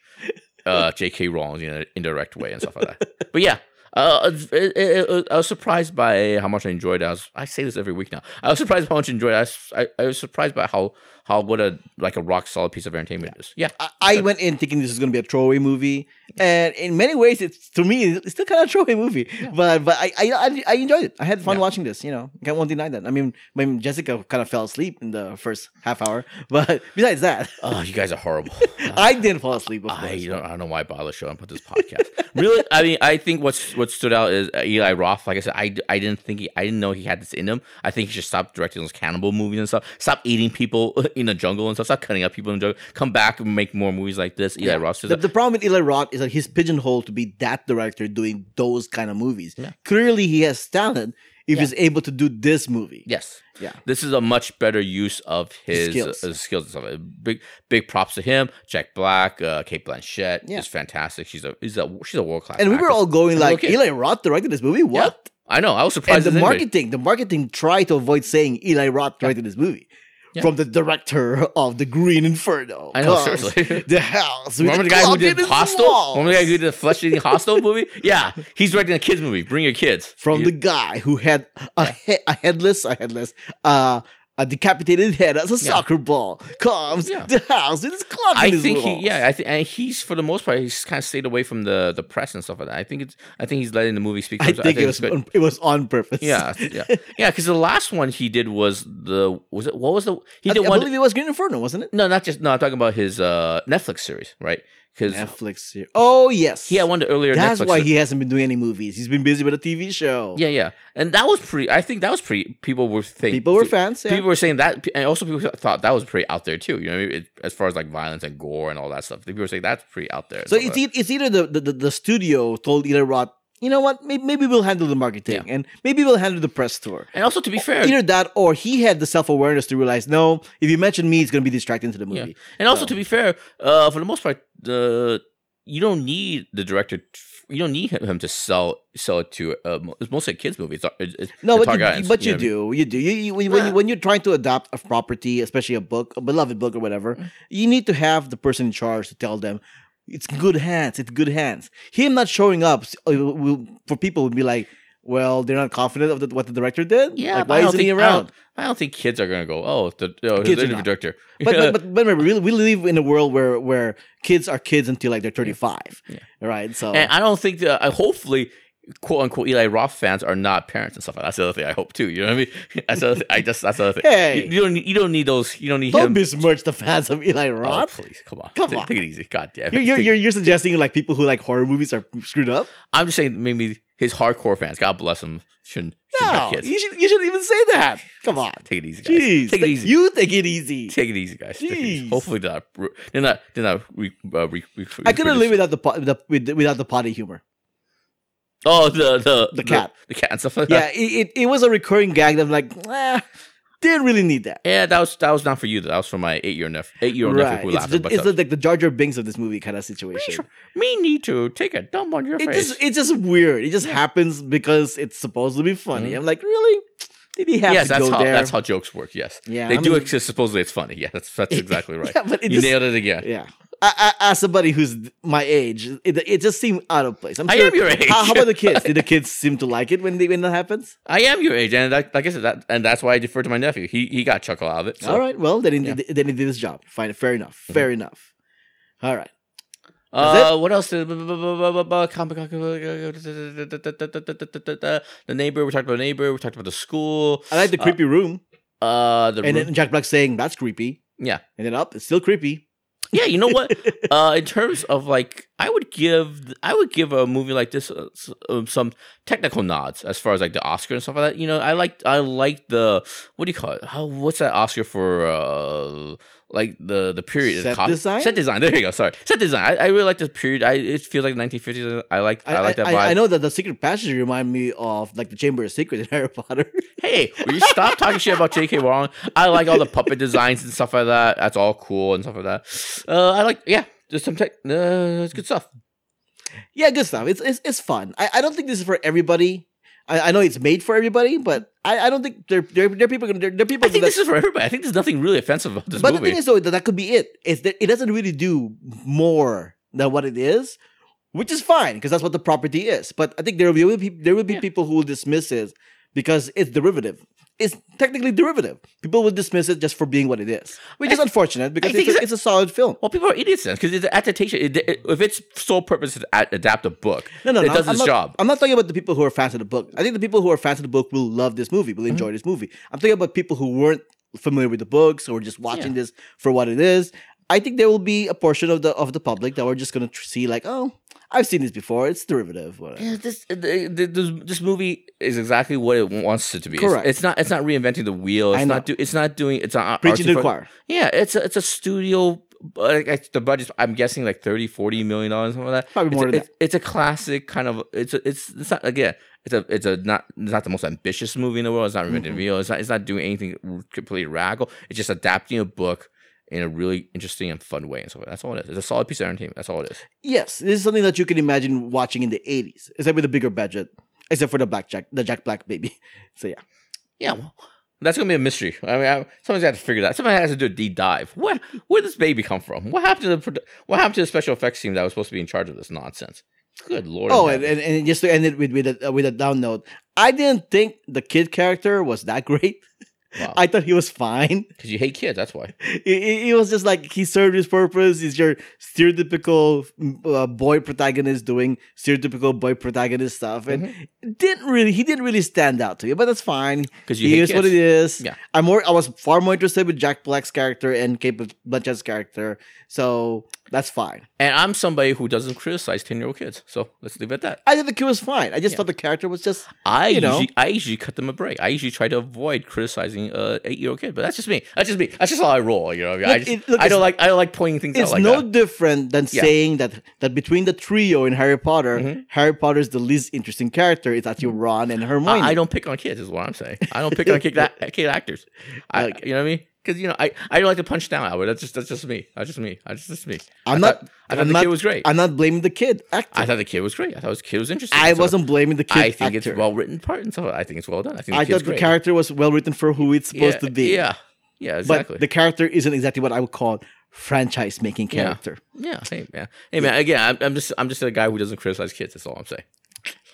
uh, J.K. Rowling in an indirect way and stuff like that? But yeah, uh, it, it, it- I was surprised by how much I enjoyed it. I, was, I say this every week now. I was surprised by how much I enjoyed it. I was- I, I was surprised by how how what a like a rock solid piece of entertainment it is. Yeah,
I, I went in thinking this was going to be a throwaway movie, and in many ways, it's to me, it's still kind of a throwaway movie. But but I, I I- I enjoyed it. I had fun
Yeah.
watching this. You know, I won't deny that. I mean, I mean, Jessica kind of fell asleep in the first half hour, but besides that,
oh, you guys are horrible.
I didn't fall asleep. Of
I
course.
don't, I don't know why I bother showing up with this podcast. really, I mean, I think what's what stood out is uh, Eli Roth. Like I said, I, I didn't think he, I didn't know he had this in him. I think he should stop directing those cannibal movies and stuff. Stop eating people in the jungle and stuff. Stop cutting up people in the jungle. Come back and make more movies like this. Eli Roth.
The, the problem with Eli Roth is that he's pigeonholed to be that director doing those kind of movies.
Yeah.
Clearly, he has talent if
Yeah.
he's able to do this movie.
Yes.
Yeah.
This is a much better use of his
Skills.
skills, uh, skills and stuff. Uh, Big big props to him. Jack Black, uh, Kate Blanchett
Yeah.
is fantastic. She's a she's a she's a world class.
And we were all going
And
like,
look at-
Eli Roth directed this movie? What?
I know. I was
and
surprised.
the
as anybody.
marketing, the marketing tried to avoid saying Eli Roth directed this movie
Yeah.
from the director of The Green Inferno.
I know,
'Cause
seriously.
The house. with
Remember the guy who
clock
did
in his
Hostel?
walls.
Remember the guy who did the flesh eating Hostel movie? Yeah, he's directing a kids movie. Bring your kids.
From
You-
the guy who had a, he- a headless, a headless, uh, a decapitated head as a
Yeah.
soccer ball comes
Yeah.
the house with his clock
I
in his
think
walls.
he, yeah, I think, and he's for the most part, he's kind of stayed away from the the press and stuff like that. I think it's, I think he's letting the movie speak. for
I
itself.
think it
it's
was
good.
on, it was on purpose.
Yeah, yeah, yeah. Because the last one he did was the was it what was the he
I,
did
I
one
believe it was Green Inferno, wasn't it?
no not just no I'm talking about his uh Netflix series right because
Netflix series. Oh yes,
he had one of the earlier
That's
Netflix
why
series.
he hasn't been doing any movies. He's been busy with a TV show.
yeah yeah and that was pretty I think that was pretty people were thinking
people were fans. Yeah.
People were saying that, and also people thought that was pretty out there too. You know, what I mean? it, as far as like violence and gore and all that stuff, people were saying that's pretty out there.
so it's, e- it's either the, the, the, the studio told Eli Roth, you know what, maybe, maybe we'll handle the marketing and maybe we'll handle the press tour.
and also to be fair,
Either that or he had the self awareness to realize, no, if you mention me, it's going to be distracting to the
yeah.
movie.
and also
So-
to be fair, uh, for the most part, the you don't need the director. t- You don't need him, him to sell sell it to. Uh, mo- it's mostly a kids' movie. It's, it's, it's
No,
the
but
target
you,
audience,
but
you
you
know what I mean?
do, you do. You, you, when, when, you,
Yeah.
when you're trying to adopt a property, especially a book, a beloved book or whatever,
Mm.
you need to have the person in charge to tell them it's in good hands. It's in good hands. Him not showing up s- uh, will, for people would be like, well, they're not confident of the, what the director did.
Yeah,
like,
but I
why
don't
isn't he
think- I don't-
around?
I don't think kids are gonna go. Oh, the oh,
Kids
kids
are
the
not.
director.
But, but but but remember, we, we live in a world where where kids are kids until like they're 35,
Yeah.
right? So
And I don't think that I hopefully quote unquote Eli Roth fans are not parents and stuff. like that. That's the other thing I hope too. You know what I mean? That's the other thing. I just that's the other thing.
Hey.
You, you don't need- you don't need those. You don't need
don't
him.
besmirch the fans of Eli
Oh,
Roth.
please come on,
Come
Take-
on.
take it easy. God damn.
You're,
it.
you're,
Take-
you're, you're suggesting like people who like horror movies are screwed up?
I'm just saying maybe his hardcore fans. God bless them. Shouldn't, shouldn't
No,
have kids.
you should you shouldn't even say that. Come on,
Take it easy, guys.
jeez,
take it easy.
You take it easy.
Take it easy, guys. Take it easy.
Jeez.
Hopefully they're not. ru- They're not. They're not. Re, uh, re, re,
I couldn't
reproduce-
live without the, po- the with- without the potty humor.
Oh, the the
The cat.
the, cat and stuff like that.
Yeah, it, it, it was a recurring gag. That I'm like, ah, didn't really need that.
Yeah, that was that was not for you. That was for my eight year nephew, eight year old nephew who
It's,
laughed
the,
at
it's the,
myself.
like the Jar Jar Binks of this movie kind of situation.
Me need to take a dump on your
It
face.
just it's just weird. It just
Yeah.
happens because it's supposed to be funny.
Mhm.
I'm like, really? Did he have
yes,
to
that's
go
how
there?
that's how jokes work. Yes,
Yeah,
they
I
do
mean-
exist. Supposedly, it's funny. Yeah, that's that's exactly right.
Yeah, but it
you
just,
nailed it again.
yeah. I, I, as somebody who's my age, it, it just seemed out of place. I'm
I
sure-
am your age.
How, how about the kids? Did the kids seem to like it when they when that happens?
I am your age, and like, like I said, that and that's why I defer to my nephew. He he got a chuckle out of it. So.
All right. Well, then he,
Yeah. Mm-hmm.
then he did his job. Fine. Fair enough. Fair enough. All right.
Uh, what else? Did, the neighbor. We talked about neighbor. We talked about the school.
I like the creepy room,
Uh, the
and
room-
then Jack Black saying that's creepy,
yeah,
and then up, it's still creepy.
yeah. You know what? uh, in terms of like, I would give I would give a movie like this uh, s- um, some technical nods as far as like the Oscar and stuff like that. You know, I like I like the what do you call it? How, what's that Oscar for? Uh, like the the period
Set design?
Set design. There you go. Sorry, set design. I, I really like this period. I it feels like 1950s. I like I,
I,
like that vibe.
I, I know that the Secret Passage remind me of like the Chamber of Secrets in Harry Potter.
Hey, will you stop talking shit about J.K. Rowling? I like all the puppet designs and stuff like that. That's all cool and stuff like that. Uh, I like yeah, just some tech. Uh, it's good stuff.
yeah, good stuff. It's it's, it's fun. I, I don't think this is for everybody. I, I know it's made for everybody, but I, I don't think there there there are people there, there are people
I think
that-
this is for everybody. I think there's nothing really offensive about this
but
movie.
the thing is though that that could be it. Is that it doesn't really do more than what it is, which is fine because that's what the property is. But I think there will be there will be
Yeah.
people who will dismiss it because it's derivative. It's technically derivative. People will dismiss it just for being what it is, which is
I-
unfortunate because
think
it's a,
that-
it's a solid film.
well, people are idiots then because it's an adaptation. It, it- if its sole purpose is to ad- adapt a book,
No, no,
it
no.
does
I'm
its
not,
job.
I'm not talking about the people who are fans of the book. I think the people who are fans of the book will love this movie, will
Mm-hmm.
enjoy this movie. I'm talking about people who weren't familiar with the books or just watching this for what it is. I think there will be a portion of the of the public that we're just gonna tr- see like, oh, I've seen this before. It's derivative. Whatever.
Yeah, this, uh, th- th- this this movie is exactly what it wants it to be. It's-
Correct.
It's, not it's not reinventing the wheel. It's
I know.
not do, it's not doing it's not
Preaching to the
artsy-
choir.
Yeah, it's a, it's a studio. uh, Like, the budget, I'm guessing like 30, 40 million dollars, something like that.
Probably
it's
more
a,
than
it's, it's a classic kind of. It's a, it's it's not again. It's a it's a not it's not the most ambitious movie in the world. It's not
Mm-hmm.
reinventing the wheel. It's not it's not doing anything r- completely radical. It's just adapting a book in a really interesting and fun way and so that's all it is. It's a solid piece of entertainment. That's all it is.
Yes, this is something that you can imagine watching in the 80s, except with a bigger budget, except for the black Jack, the Jack Black baby. So yeah,
Yeah. Well, that's gonna be a mystery. I mean, I, someone's got to figure that. Someone has to do a deep dive. Where where did this baby come from? What happened to the produ- what happened to the special effects team that was supposed to be in charge of this nonsense? Good lord.
Oh,
in
and,
heaven.
and, and just to end it with with a, with a down note, I didn't think the kid character was that great.
Wow.
I thought he was fine.
Because you hate kids, that's why.
He- He he was just like he served his purpose. He's your stereotypical mm, uh, boy protagonist doing stereotypical boy protagonist stuff, and didn't really he didn't really stand out to me. But that's fine.
Because Mm-hmm. you
He
hate
is
kids.
what it is.
Yeah.
I'm more. I was far more interested with Jack Black's character and Kate Blanchett's character, so that's fine.
And I'm somebody who doesn't criticize ten year old kids, so let's leave it at that.
I think the kid was fine. I just
Yeah.
thought the character was just
I
You know.
usually I usually cut them a break. I usually try to avoid criticizing a eight year old kid, but that's just me. That's just me. That's just how I roll. You know, what I, mean? I
Look,
just
it- look,
I
it's-
don't like I don't like pointing things
it's
out like
no
that.
different than
Yeah. Mm-hmm.
saying that that between the trio in Harry Potter, Harry Potter is the least interesting character. It's actually Ron and Hermione.
Mm. I, I don't pick on kids, is what I'm saying. I don't pick on kid, that, kid actors. I,
Look.
you know what I mean? Because you know, I, I don't like to punch down. Albert. That's just that's just me. That's just me. That's just me.
I'm
I
not.
Thought, I thought
I'm
the
not.
kid was great. i
I'm not blaming the kid actor. I,
thought the kid was great. I thought the kid was interesting. So
wasn't blaming the kid
I think
actor.
it's well written part, and so I think it's well done. I think the
I
kid's
thought
great.
the character was well written for who it's supposed
yeah,
to be.
Yeah, yeah, exactly.
But the character isn't exactly what I would call franchise making
Yeah.
character.
yeah, hey man, hey man. Again, I'm, I'm just I'm just a guy who doesn't criticize kids. That's all I'm saying.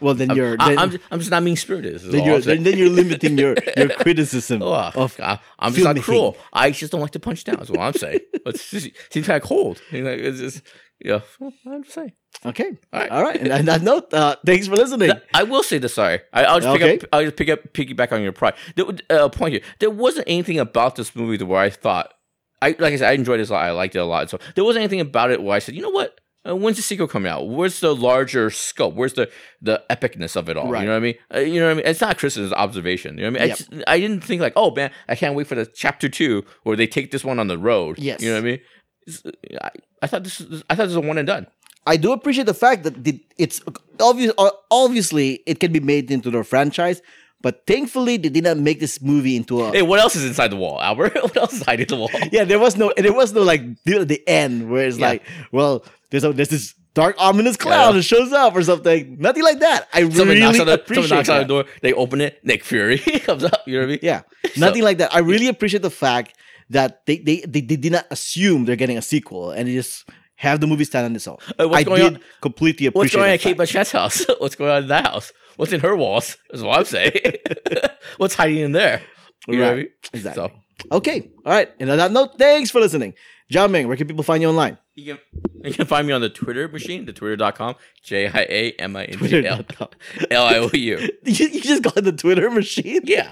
Well, then you're
I,
then,
I'm just, I'm just not mean spirited. Is
then
all
you're
I'm saying.
then, then you're limiting your your criticism
Oh,
of
God, I'm just not
filmmaking.
cruel. I just don't like to punch down. Is what I'm saying. But it's just, seems kind of cold. You know, it's just, yeah, I'm just saying.
okay. All
All
right.
right.
And on that note, uh, thanks for listening.
I will say this. Sorry, I, I'll just
Okay.
pick up. I'll just pick up piggyback on your pride. There, would- uh, point here. There wasn't anything about this movie that where I thought. I like I said, I enjoyed this a lot. I liked it a lot. So there wasn't anything about it where I said, you know what? Uh, when's the sequel coming out? Where's the larger scope? Where's the the epicness of it all?
Right.
You know what I mean? Uh, you know what I mean? It's not criticism, it's observation. You know what I mean?
Yep.
I, just- I didn't think like, oh man, I can't wait for the chapter two where they take this one on the road.
Yes.
You know what I mean? It's- uh, I, I thought this. is- I thought this was a one and done.
I do appreciate the fact that the, it's obvious. uh, Obviously, it can be made into a franchise, but thankfully, they did not make this movie into a.
Hey, what else is inside the wall, Albert? what else is hiding the wall?
yeah, there was no, there was no like deal at the end where it's
Yeah.
like, well, there's a, there's this dark ominous cloud
Yeah.
that shows up or something. Nothing like that. I
Someone
really
knocks on the someone
appreciate
knocks on the
that.
door. They open it. Nick Fury comes up. You know what I mean?
Yeah,
So-
nothing like that. I really appreciate the fact that they they, they they did not assume they're getting a sequel and they just have the movie stand on its own.
Uh, what's
I
going
did
on-
completely appreciate.
What's going on
that
at Kate
fact.
Blanchett's house? What's going on in that house? What's in her walls? Is what I'm saying. What's hiding in there? You know what I
Right.
mean?
Exactly.
So,
Okay. All right. And on that note, thanks for listening. Jiao Ming, where can people find you online?
You can, you can find me on the Twitter machine, the twitter.com, J I A M I N G L
Twitter.com.
L I O U.
you, you just call it the Twitter machine?
Yeah,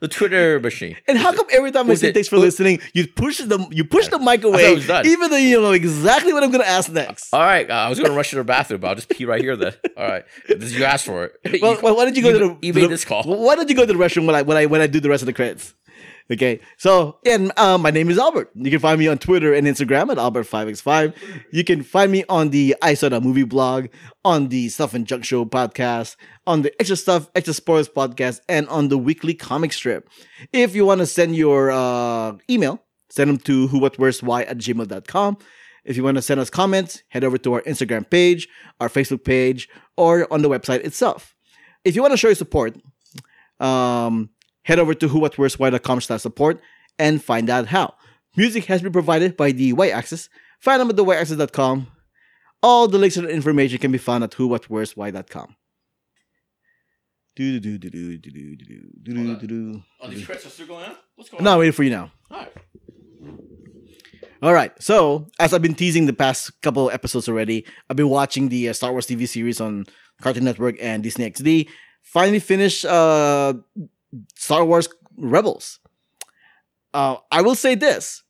the Twitter machine.
And how come every time I
Was
say
it-
thanks for listening, you push the you push the mic
I thought
away,
it was done.
even though you know exactly what I'm gonna ask next?
All right, uh, I was gonna rush to the bathroom, but I'll just pee right here. Then, all right, This- you asked for it.
well,
You-
why- why don't you go
you-
to the,
you
to
made
the-
this call.
Why don't you go to the restroom when I when I when I do the rest of the credits? Okay. So and um, my name is Albert. You can find me on Twitter and Instagram at Albert5x5. You can find me on the I Saw That Movie blog, on the Stuff and Junk Show podcast, on the Extra Stuff, Extra Sports podcast, and on the weekly comic strip. If you want to send your uh, email, send them to who what worse why at gmail.com. If you want to send us comments, head over to our Instagram page, our Facebook page, or on the website itself if you want to show your support, um, head over to whowhatworstwhy.com slash support and find out how. Music has been provided by the Y-Axis. Find them at thewyaxis.com. All the links and information can be found at whowhatworstwhy.com. Do-do-do-do-do-do-do-do-do-do-do.
Oh, these credits are still going on? What's going
I'm not waiting for you now.
on? All right.
All right. So, as I've been teasing the past couple episodes already, I've been watching the uh, Star Wars TV series on Cartoon Network and Disney XD. Finally finished uh, Star Wars Rebels. Uh, I will say this: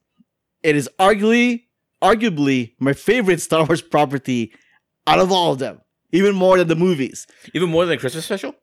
it is arguably, arguably my favorite Star Wars property out of all of them, even more than the movies
Even more than a Christmas special?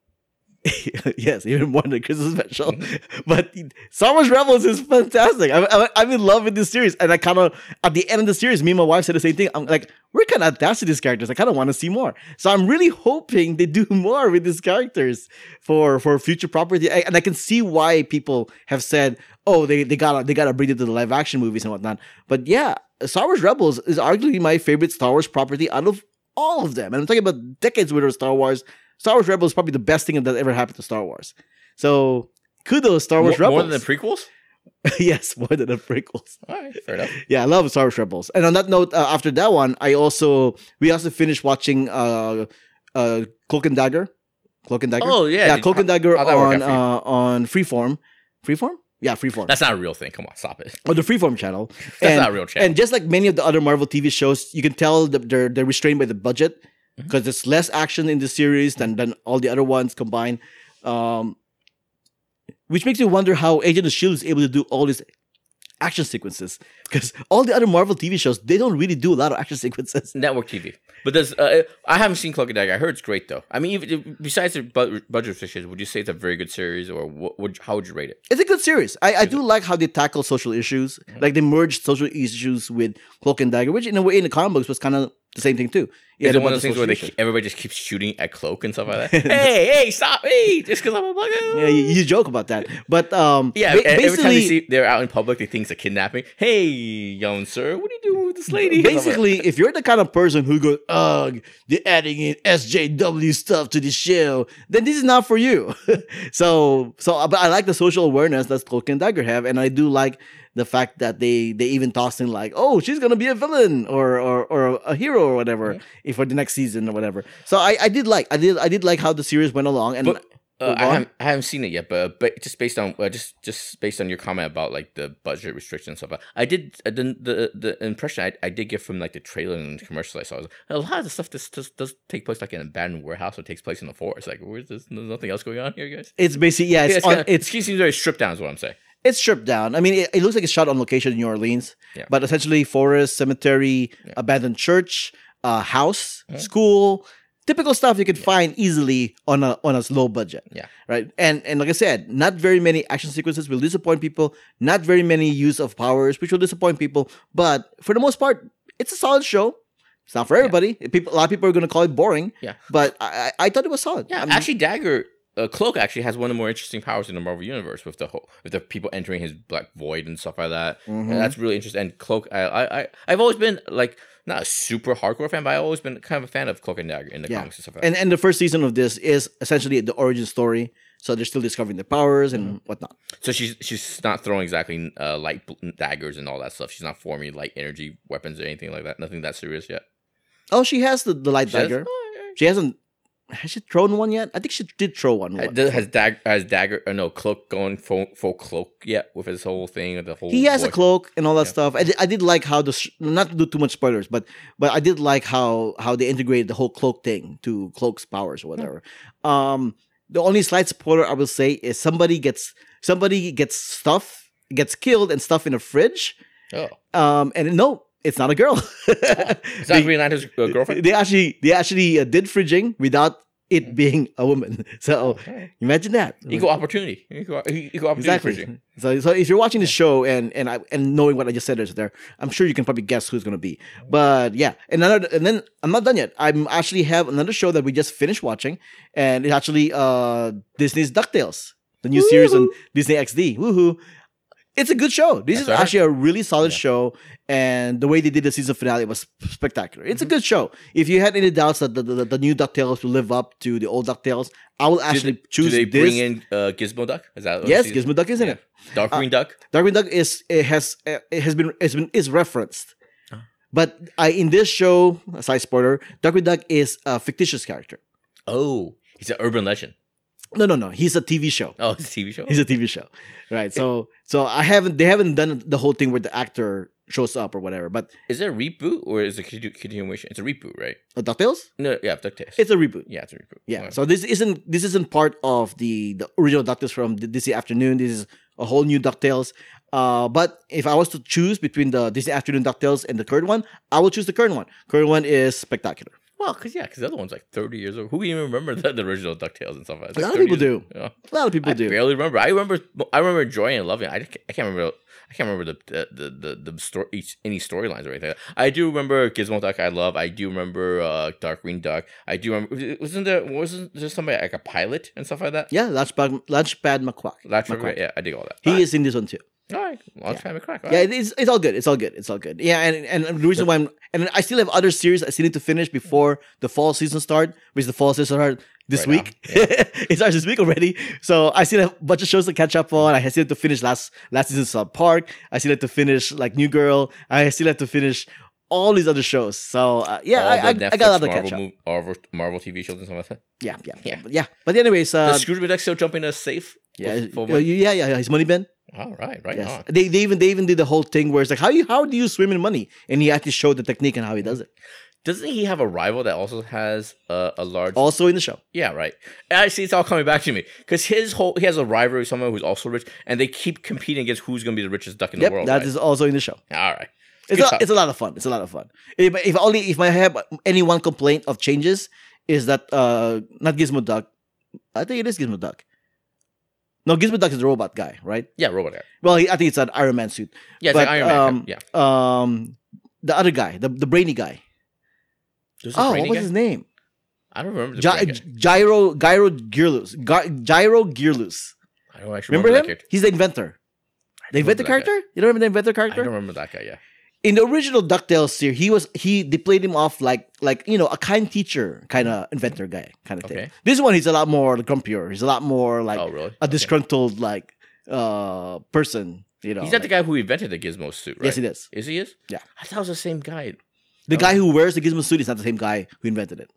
yes, even more than Christmas special. But Star Wars Rebels is fantastic. I'm, I'm, I'm in love with this series, and I kind of at the end of the series, me and my wife said the same thing. I'm like, we're kind of attached to these characters. I kind of want to see more. So I'm really hoping they do more with these characters for for future property. I, and I can see why people have said, oh, they they gotta they gotta bring it to the live action movies and whatnot. But yeah, Star Wars Rebels is arguably my favorite Star Wars property out of all of them. And I'm talking about decades worth of Star Wars. Star Wars Rebels is probably the best thing that ever happened to Star Wars. So kudos, Star Wars
more, more
Rebels.
than the prequels?
yes, more than the prequels.
All right, fair enough.
Yeah, I love Star Wars Rebels. And on that note, uh, after that one, I also we also finished watching uh, uh, Cloak and Dagger. Cloak and Dagger.
Oh, yeah.
yeah,
did-
Cloak and
how-
Dagger
how'd that work
on
out for you?
uh, on Freeform. Freeform. Yeah, Freeform.
That's not a real thing. Come on, stop it.
on the Freeform channel.
That's
And-
not a real chat.
And just like many of the other Marvel TV shows, you can tell that they're they're restrained by the budget
Mhm.
because there's less action in this series than than all the other ones combined. Um, which makes me wonder how Agent of Shield E is able to do all these action sequences because all the other Marvel TV shows they don't really do a lot of action sequences.
Network TV. But there's, uh, I haven't seen Cloak and Dagger. I heard it's great, though. I mean, even, besides the bu- budget restrictions, would you say it's a very good series, or what, would, how would you rate it?
It's a good series. I, I do like how they tackle social issues,
Mm-hmm.
like they merged social issues with Cloak and Dagger, which in a way in the comic books was kind of the same thing too. Yeah,
Is it one of those things where they,
they
everybody just keeps shooting at Cloak and stuff like that? hey, hey, stop! Hey, just because I'm a bugger.
Yeah, you, you joke about that, but um,
Yeah,
ba-
and every time they
basically,
see they're out in public, they think it's a kidnapping. Hey, young sir, what are you doing with this lady?
basically, if you're the kind of person who goes, "Ugh, they're adding in SJW stuff to the show," then this is not for you. so, so, but I like the social awareness that Cloak and Dagger have, and I do like the fact that they they even toss in like, "Oh, she's gonna be a villain or or, or a hero or whatever if for the next season or whatever." So I, I did like I did I did like how the series went along, and
But- uh,
Move
I
on.
haven't I haven't seen it yet, but, but just based on uh, just just based on your comment about like the budget restrictions and stuff, I did uh, the the, the impression I, I did get from like the trailer and commercial I saw was a lot of the stuff this does, does take place like in an abandoned warehouse or takes place in the forest. Like, where's this? There's nothing else going on here, guys.
it's basically yeah, it's,
Yeah, it's,
on,
kinda,
it's
it seems very stripped down, is what I'm saying.
It's stripped down. I mean, it, it looks like it's shot on location in New Orleans,
Yeah.
but essentially forest, cemetery,
Yeah.
abandoned church, uh, house,
Mhm.
school, typical stuff you could find easily on a on a low budget.
Yeah.
right. And and like I said, not very many action sequences will disappoint people. Not very many use of powers, which will disappoint people. But for the most part, it's a solid show. It's not for everybody. People, a lot of people are going to call it boring.
Yeah.
but I, I I thought it was solid.
Yeah,
I mean,
actually, Dagger uh, Cloak actually has one of the more interesting powers in the Marvel universe with the whole with the people entering his black void and stuff like that.
Mhm.
And that's really interesting. And Cloak, I, I, I, I've always been like not a super hardcore fan, but I've always been kind of a fan of Cloak and Dagger in the
Yeah.
comics and stuff. Like
and and the first season of this is essentially the origin story. So they're still discovering their powers and whatnot.
that. So she's she's not throwing exactly uh, light bl- daggers and all that stuff. She's not forming light energy weapons or anything like that. Nothing that serious yet.
Oh, she has the, the light
She has-
dagger.
Oh, yeah.
She hasn't has she thrown one yet? I think she did throw one.
Ha-
once.
does- Has Dag has dagger or no cloak going full, full cloak yet with his whole thing and the whole
he has a
voice?
cloak and all that
Yeah.
stuff. I did, I did like how the sh- not to do too much spoilers, but but I did like how how they integrated the whole cloak thing to cloak's powers or whatever. Um, the only slight spoiler I will say is somebody gets somebody gets stuff gets killed and stuff in a fridge.
Oh.
Um, and no, it's not a girl.
Is that Green Lantern's uh, girlfriend? Mm.
They actually they actually uh, did fridging without it being a woman. So
Okay.
imagine that.
Equal opportunity. Equal, equal opportunity.
Exactly.
preaching.
So, so if you're watching the show and and I and knowing what I just said is there, I'm sure you can probably guess who's gonna be. But yeah, and another and then I'm not done yet. I'm actually have another show that we just finished watching, and it's actually uh Disney's Ducktales, the new series on Disney XD. Woohoo! It's a good show. This
That's
is
right.
actually a really solid
Yeah.
show, and the way they did the season finale was spectacular. It's a good show. If you had any doubts that the, the, the new Ducktales will live up to the old Ducktales, I will actually
Do
choose
they
this.
bring in uh, Gizmo Duck? Is that what
yes,
it is?
Gizmo Duck is in
Yeah.
it. Uh,
Dark Green Duck?
Darkwing Duck is it has uh, it has been has been is referenced,
Huh.
but I in this show side spoiler Darkwing Duck is a fictitious character.
Oh, he's an urban legend.
No, no, no. He's a TV show.
Oh, it's a TV show.
He's a TV show, right? So so I haven't they haven't done the whole thing where the actor shows up or whatever. But
Is it a reboot or is it a continu- continuation? It's a reboot, right?
uh, Ducktales,
No, yeah, DuckTales.
it's a reboot.
yeah, it's a reboot.
Yeah.
Wow.
So this isn't this isn't part of the the original Ducktales from the Disney Afternoon. This is a whole new Ducktales. Uh, but if I was to choose between the Disney Afternoon Ducktales and the current one, I will choose the current one. Current one is spectacular.
well, because yeah, because the other one's like 30 years old. Who can even remember the, the original DuckTales and stuff like that?
A
It's
lot
like
of
30
people
years- Yeah.
A lot of people
I
do.
barely remember. I remember. I remember enjoying and loving. It. I, just, I can't remember. I can't remember the the the the, the story each, any storylines or anything. like that. I do remember Gizmo Duck. I love. I do remember uh, Dark Green Duck. I do remember. Wasn't there wasn't there somebody like a pilot and stuff like that?
Yeah, Launchpad, Launchpad McQuack.
That's
McQuack.
right. Yeah, I dig all that.
He
all right.
is in this one too.
All right. Launch time and crack. all
Yeah,
right.
it is, it's all good. It's all good. It's all good. Yeah, and, and the reason why I'm and I still have other series I still need to finish before the fall season start, which the fall season start this
Right now,
week. it starts this week already. So I still have a bunch of shows to catch up on. I still have to finish last last season South Park. I still have to finish like New Girl. I still have to finish all these other shows. So uh, yeah,
All
I,
the
I, I got a lot to
Netflix,
catch up.
Marvel, mov- Marvel, Marvel TV shows and stuff like that.
Yeah, yeah,
Yeah.
yeah, but yeah. But anyways, uh,
Does Scrooge McDuck still jump in a safe?
yeah,
For-
yeah,
for-
yeah, yeah. His money bin.
all right, right
Yes.
on.
They, they even they even did the whole thing where it's like how you how do you swim in money? And he actually showed the technique and how he does it.
Doesn't he have a rival that also has uh, a large?
Also in the show.
Yeah, right. And I see it's all coming back to me because his whole he has a rivalry with someone who's also rich, and they keep competing against who's going to be the richest duck in
Yep,
the
that is
world. right?
also in the show.
all right.
It's
Good
a,
stuff.
it's a lot of fun. It's a lot of fun. If, if only if I have any one complaint of changes is that uh not Gizmo Duck. I think it is Gizmo Duck. No, Gizmo Duck is the robot guy, right?
yeah, robot air.
Well, he, I think it's an Iron Man suit.
Yeah, it's
But,
like Iron Man.
um,
yeah.
Um, the other guy, the, the brainy guy.
There's a
Oh, what
brainy
was
guy?
his name?
I don't remember. The
Gy-
brainy guy.
gyro Gyro Gearloose. Gy- gyro Gearloose.
I don't actually
uh, Remember,
that
him?
character.
He's the inventor. The
remember
inventor
that guy.
character? You don't remember the inventor
I don't
character?
remember that guy. Yeah.
In the original DuckTales series, he was he they played him off like like you know a kind teacher kind of inventor guy kind of
Okay.
thing. This one he's a lot more grumpier. He's a lot more like
oh, really?
a
Okay.
disgruntled like uh person. You know,
He's not the
like-
guy who invented the Gizmo suit, right?
Yes, it is.
Is he is?
Yeah.
I thought it was the same guy,
The
Oh.
guy who wears the Gizmo suit is not the same guy who invented it.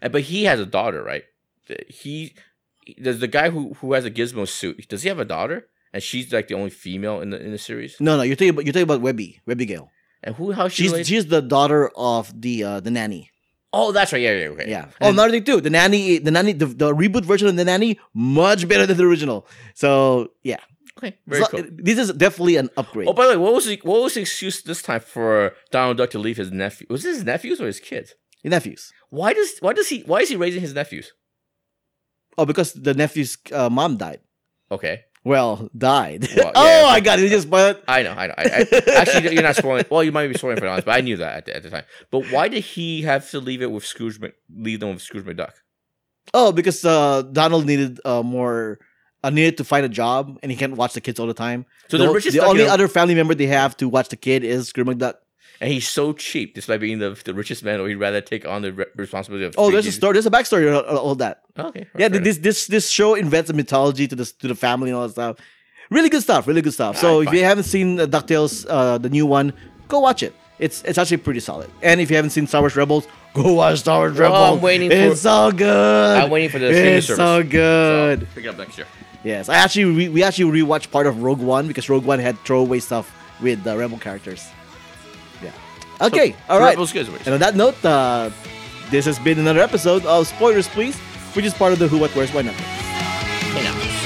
Uh, but he has a daughter, right? The- He does the guy who who has a Gizmo suit. Does he have a daughter? And she's like the only female in the in the series.
No, no, you're talking about you're talking about Webby, Webby Gale.
And who? How she?
She's
related-
she's the daughter of the uh, the nanny.
oh, that's right. Yeah, yeah, okay.
Yeah. Oh,
And
another thing too. The nanny, the nanny, the, the reboot version of the nanny, much better than the original. So yeah,
Okay, very
So,
cool.
this is definitely an upgrade.
Oh, by the way, what was the, what was the excuse this time for Donald Duck to leave his nephew? Was it his nephews or his kids?
Your nephews.
Why does why does he why is he raising his nephews?
Oh, because the nephew's uh, mom died.
Okay,
Well, died.
Well, yeah.
oh, I got it. You just spoiled.
I know, I know. I, I, actually, you're not spoiling. Well, you might be spoiling for honest, but I knew that at the, at the time. But why did he have to leave it with Scrooge? Mc, leave them with Scrooge McDuck?
Oh, because uh, Donald needed uh, more. Uh, needed to find a job, and he can't watch the kids all the time.
So
the,
the richest
the
duck in
only
the-
other family member they have to watch the kid is Scrooge McDuck.
and he's so cheap, despite being the, the richest man, or he'd rather take on the re- responsibility of.
Oh,
three
there's a
kids.
story. There's a backstory on on all that.
Okay,
yeah,
fair
this this this show invents a mythology to the to the family and all that stuff. Really good stuff. Really good stuff. So
Alright,
if
fine.
you haven't seen uh, Ducktales, uh, the new one, go watch it. It's it's actually pretty solid. And if you haven't seen Star Wars Rebels, Go watch Star Wars
Well, Oh, I'm
Rebels.
waiting for-
it's all good.
I'm waiting for the streaming
It's
service.
all
So,
good.
pick it up next year.
Yes, I actually re- we actually rewatched part of Rogue One because Rogue One had throwaway stuff with the Rebel characters. Yeah. Okay. all right.
Rebels Kids Wish.
And on that note, uh, this has been another episode of Spoilers, Please, which is part of the Who, What, Where's, Why Nothing.
Hey now.